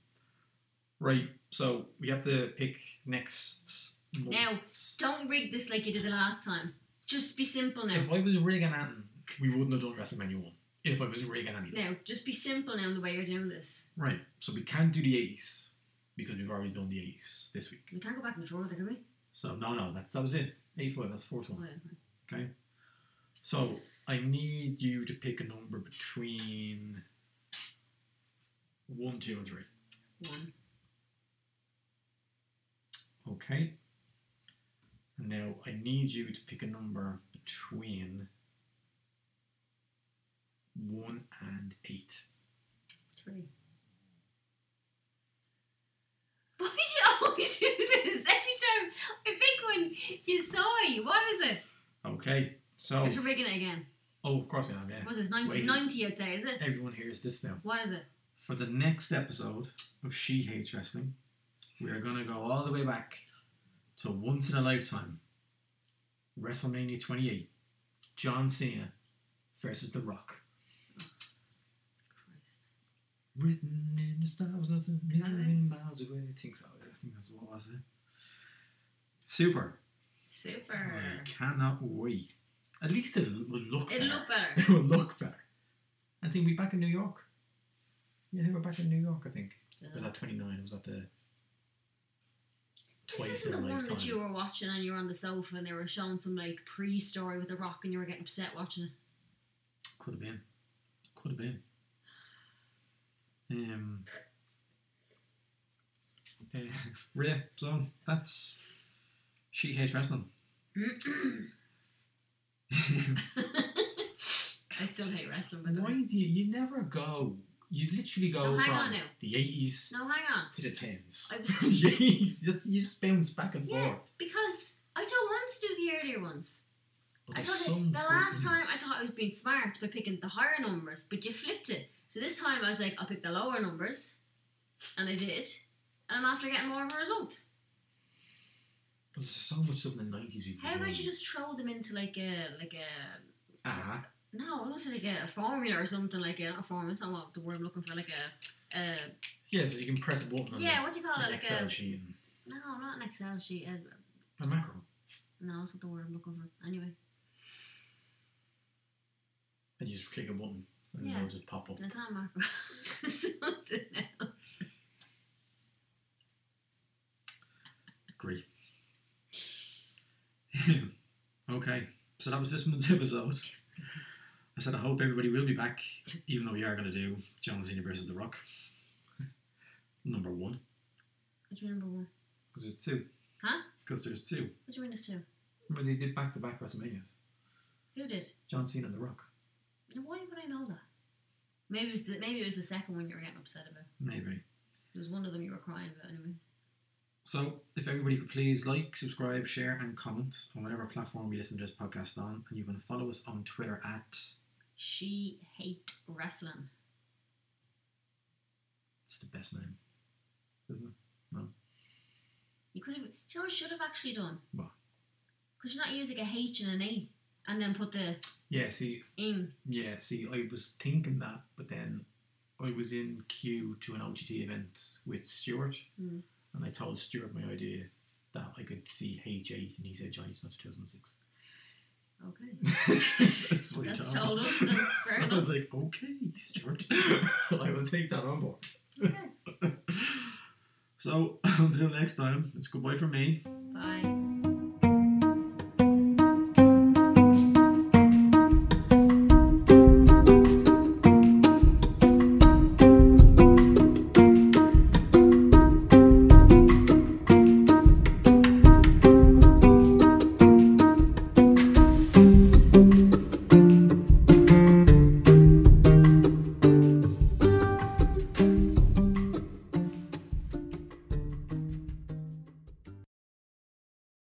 A: right, so we have to pick next. month.
B: Now, don't rig this like you did the last time. Just be simple now.
A: if I was rigging Anton, we wouldn't have done WrestleMania 1. If I was rigging anything.
B: Now, just be simple now in the way you're doing this.
A: Right, so we can't do the 80s because we've already done the 80s this week.
B: We can't go back and forth, can we?
A: So, no, no, that's, that was it. 84, that's the fourth
B: Oh,
A: one.
B: yeah.
A: Okay. So I need you to pick a number between one, two, and three.
B: One.
A: Okay. And Now I need you to pick a number between one and eight.
B: Three. Why do you always do this? Every time I pick one, you sorry. What is it?
A: Okay. So
B: Oh. If you're rigging it again.
A: oh, of course I am. Yeah.
B: What is it? 90,
A: Wait.
B: 90 I'd say, is it?
A: Everyone hears this now.
B: What is it?
A: For the next episode of She Hates Wrestling, we are gonna go all the way back to once in a lifetime, WrestleMania 28, John Cena versus The Rock. Written in the stars, not a million miles away. I think so. I think that's what was it. Super.
B: Super.
A: I cannot wait. At least it will look better.
B: It'll look better.
A: it will look better. I think we're back in New York. Yeah, we're back in New York, I think. Was that 29? Was that the
B: This
A: twice in
B: isn't the
A: a
B: one
A: lifetime.
B: that you were watching and you were on the sofa and they were showing some like pre-story with The Rock and you were getting upset watching it.
A: Could have been. Could have been. Um. Uh, yeah, so that's she hates wrestling.
B: I still hate wrestling, by the way.
A: Why do you, you never go? You literally go
B: No, hang
A: from
B: on now.
A: the eighties
B: No, hang on.
A: to the tens.
B: I-
A: the eighties, you just bounce back and
B: Yeah,
A: forth.
B: because I don't want to do the earlier ones.
A: But
B: I
A: there's
B: thought
A: some
B: it, the last
A: good
B: time
A: ones.
B: I thought I was being smart by picking the higher numbers, but you flipped it. So this time I was like, I'll pick the lower numbers, and I did, and I'm after getting more of a result.
A: But there's so much stuff in the nineties.
B: How about you just throw them into like a like a
A: uh-huh.
B: No, I want to say like a, a formula or something like a, a formula. It's not what the word I'm looking for. Like a, a
A: Yeah, so you can press a button. on
B: yeah, what do you
A: an
B: call it? Like
A: Excel
B: a
A: sheet and
B: no, not an Excel sheet. A,
A: a macro.
B: no, that's not the word I'm looking for. Anyway,
A: And you just click a button and
B: Yeah.
A: loads would pop up.
B: it's not macro. something else.
A: Agree. okay, so that was this month's episode. I said I hope everybody will be back, even though we are going to do John Cena versus The Rock. Number one.
B: Which one number one?
A: Because there's two.
B: Huh?
A: Because there's two.
B: Which one is two?
A: Remember they did back to back WrestleManias.
B: Who did?
A: John Cena and The Rock.
B: Now, why would I know that? Maybe it was the maybe it was the second one you were getting upset about.
A: Maybe.
B: It was one of them you were crying about anyway.
A: So, if everybody could please like, subscribe, share, and comment on whatever platform you listen to this podcast on, and you can follow us on Twitter at
B: She hate wrestling.
A: it's the best name, isn't it? No,
B: You could have. Do you know what I should have actually done?
A: What?
B: Could you not use like a H and an A, and then put the
A: yeah. See,
B: ing?
A: yeah, see, I was thinking that, but then I was in queue to an OTT event with Stuart,
B: Mm.
A: and I told Stuart my idea that I could see HA, and he said Johnny Snuff 2006.
B: Okay.
A: That's what he
B: That's
A: told
B: told
A: me.
B: us. Then. Fair
A: so I
B: enough.
A: was like, okay, Stuart, I will take that on board.
B: Okay.
A: so until next time, it's goodbye from me.